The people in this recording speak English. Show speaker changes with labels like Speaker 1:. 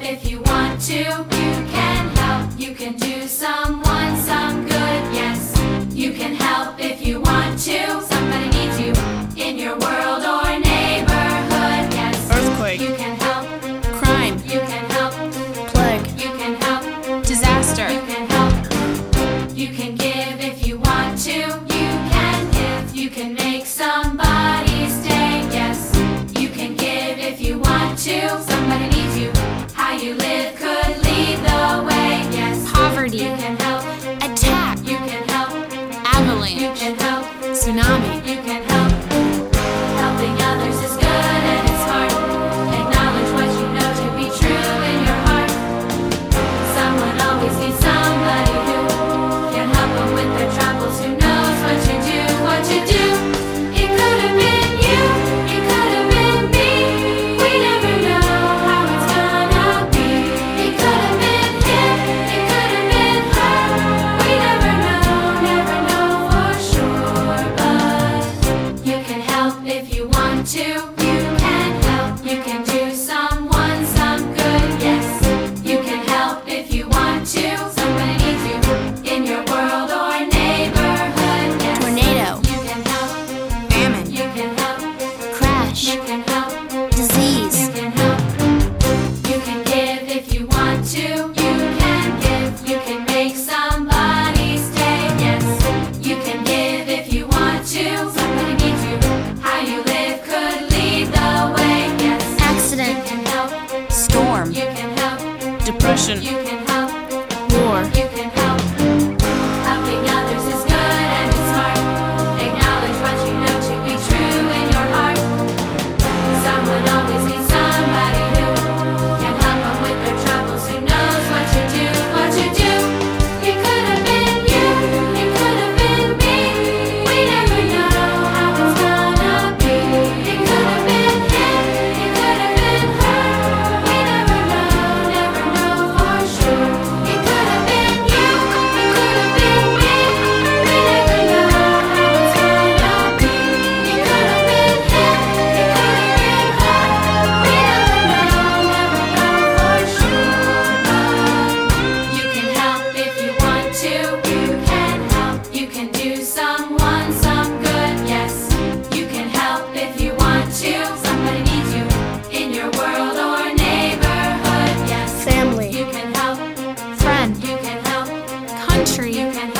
Speaker 1: if you want to. You can help, you can do someone some good, yes. You can help if you want to. Somebody needs you in your world or neighborhood, yes.
Speaker 2: Earthquake,
Speaker 1: You can help,
Speaker 2: crime,
Speaker 1: you can help,
Speaker 2: plague,
Speaker 1: you can help, you
Speaker 2: disaster,
Speaker 1: can help. You can give if you want to. You can give, you can make somebody's day, yes. You can give if you want to. Somebody needs you. How you live could lead the way, yes. You
Speaker 2: poverty,
Speaker 1: can help,
Speaker 2: attack,
Speaker 1: you can help, you
Speaker 2: avalanche,
Speaker 1: can help.
Speaker 2: tsunami,
Speaker 1: You can help. Helping others is good and it's hard. Acknowledge what you know to be true in your heart. Someone always needs somebody who can help them with their troubles. Who knows what you do, what you do. It could have been you. It could have been me. We never know how it's gonna be. It could have been him. It could have been her. We never know, never know for sure, but. You can help if you want to. You can help. You can do someone some good. Yes. You can help if you want to. Somebody needs you in your world or neighborhood. Yes.
Speaker 2: tornado,
Speaker 1: You can help.
Speaker 2: famine,
Speaker 1: You can help.
Speaker 2: crash,
Speaker 1: You can help. You
Speaker 2: disease,
Speaker 1: can help. You can give if you want to. You can give. You can make somebody's day. Yes. You can give if you want to. Somebody needs you. How you live could lead the way. Yes. You
Speaker 2: accident,
Speaker 1: can help.
Speaker 2: storm,
Speaker 1: You can help.
Speaker 2: depression,
Speaker 1: You can help.
Speaker 2: war,
Speaker 1: You can help. Helping others is good and it's smart. Acknowledge what you know to be true in your heart. Someone always needs somebody who can help them with their troubles. Who knows what you do, what you do. It could have been you. It could have been me. We never know how it's gonna be. It could have been him. It could have been her. We never know, never know for sure. It could have been you. It could have been me. We never know how it's gonna be. It could have been him. It could have been her. We never know, never know for sure. You can help if you want to. You can help. You can do someone some good. Yes. You can help if you want to. Somebody needs you in your world or neighborhood. Yes.
Speaker 2: family,
Speaker 1: You can help.
Speaker 2: friend,
Speaker 1: You can help.
Speaker 2: country,
Speaker 1: You can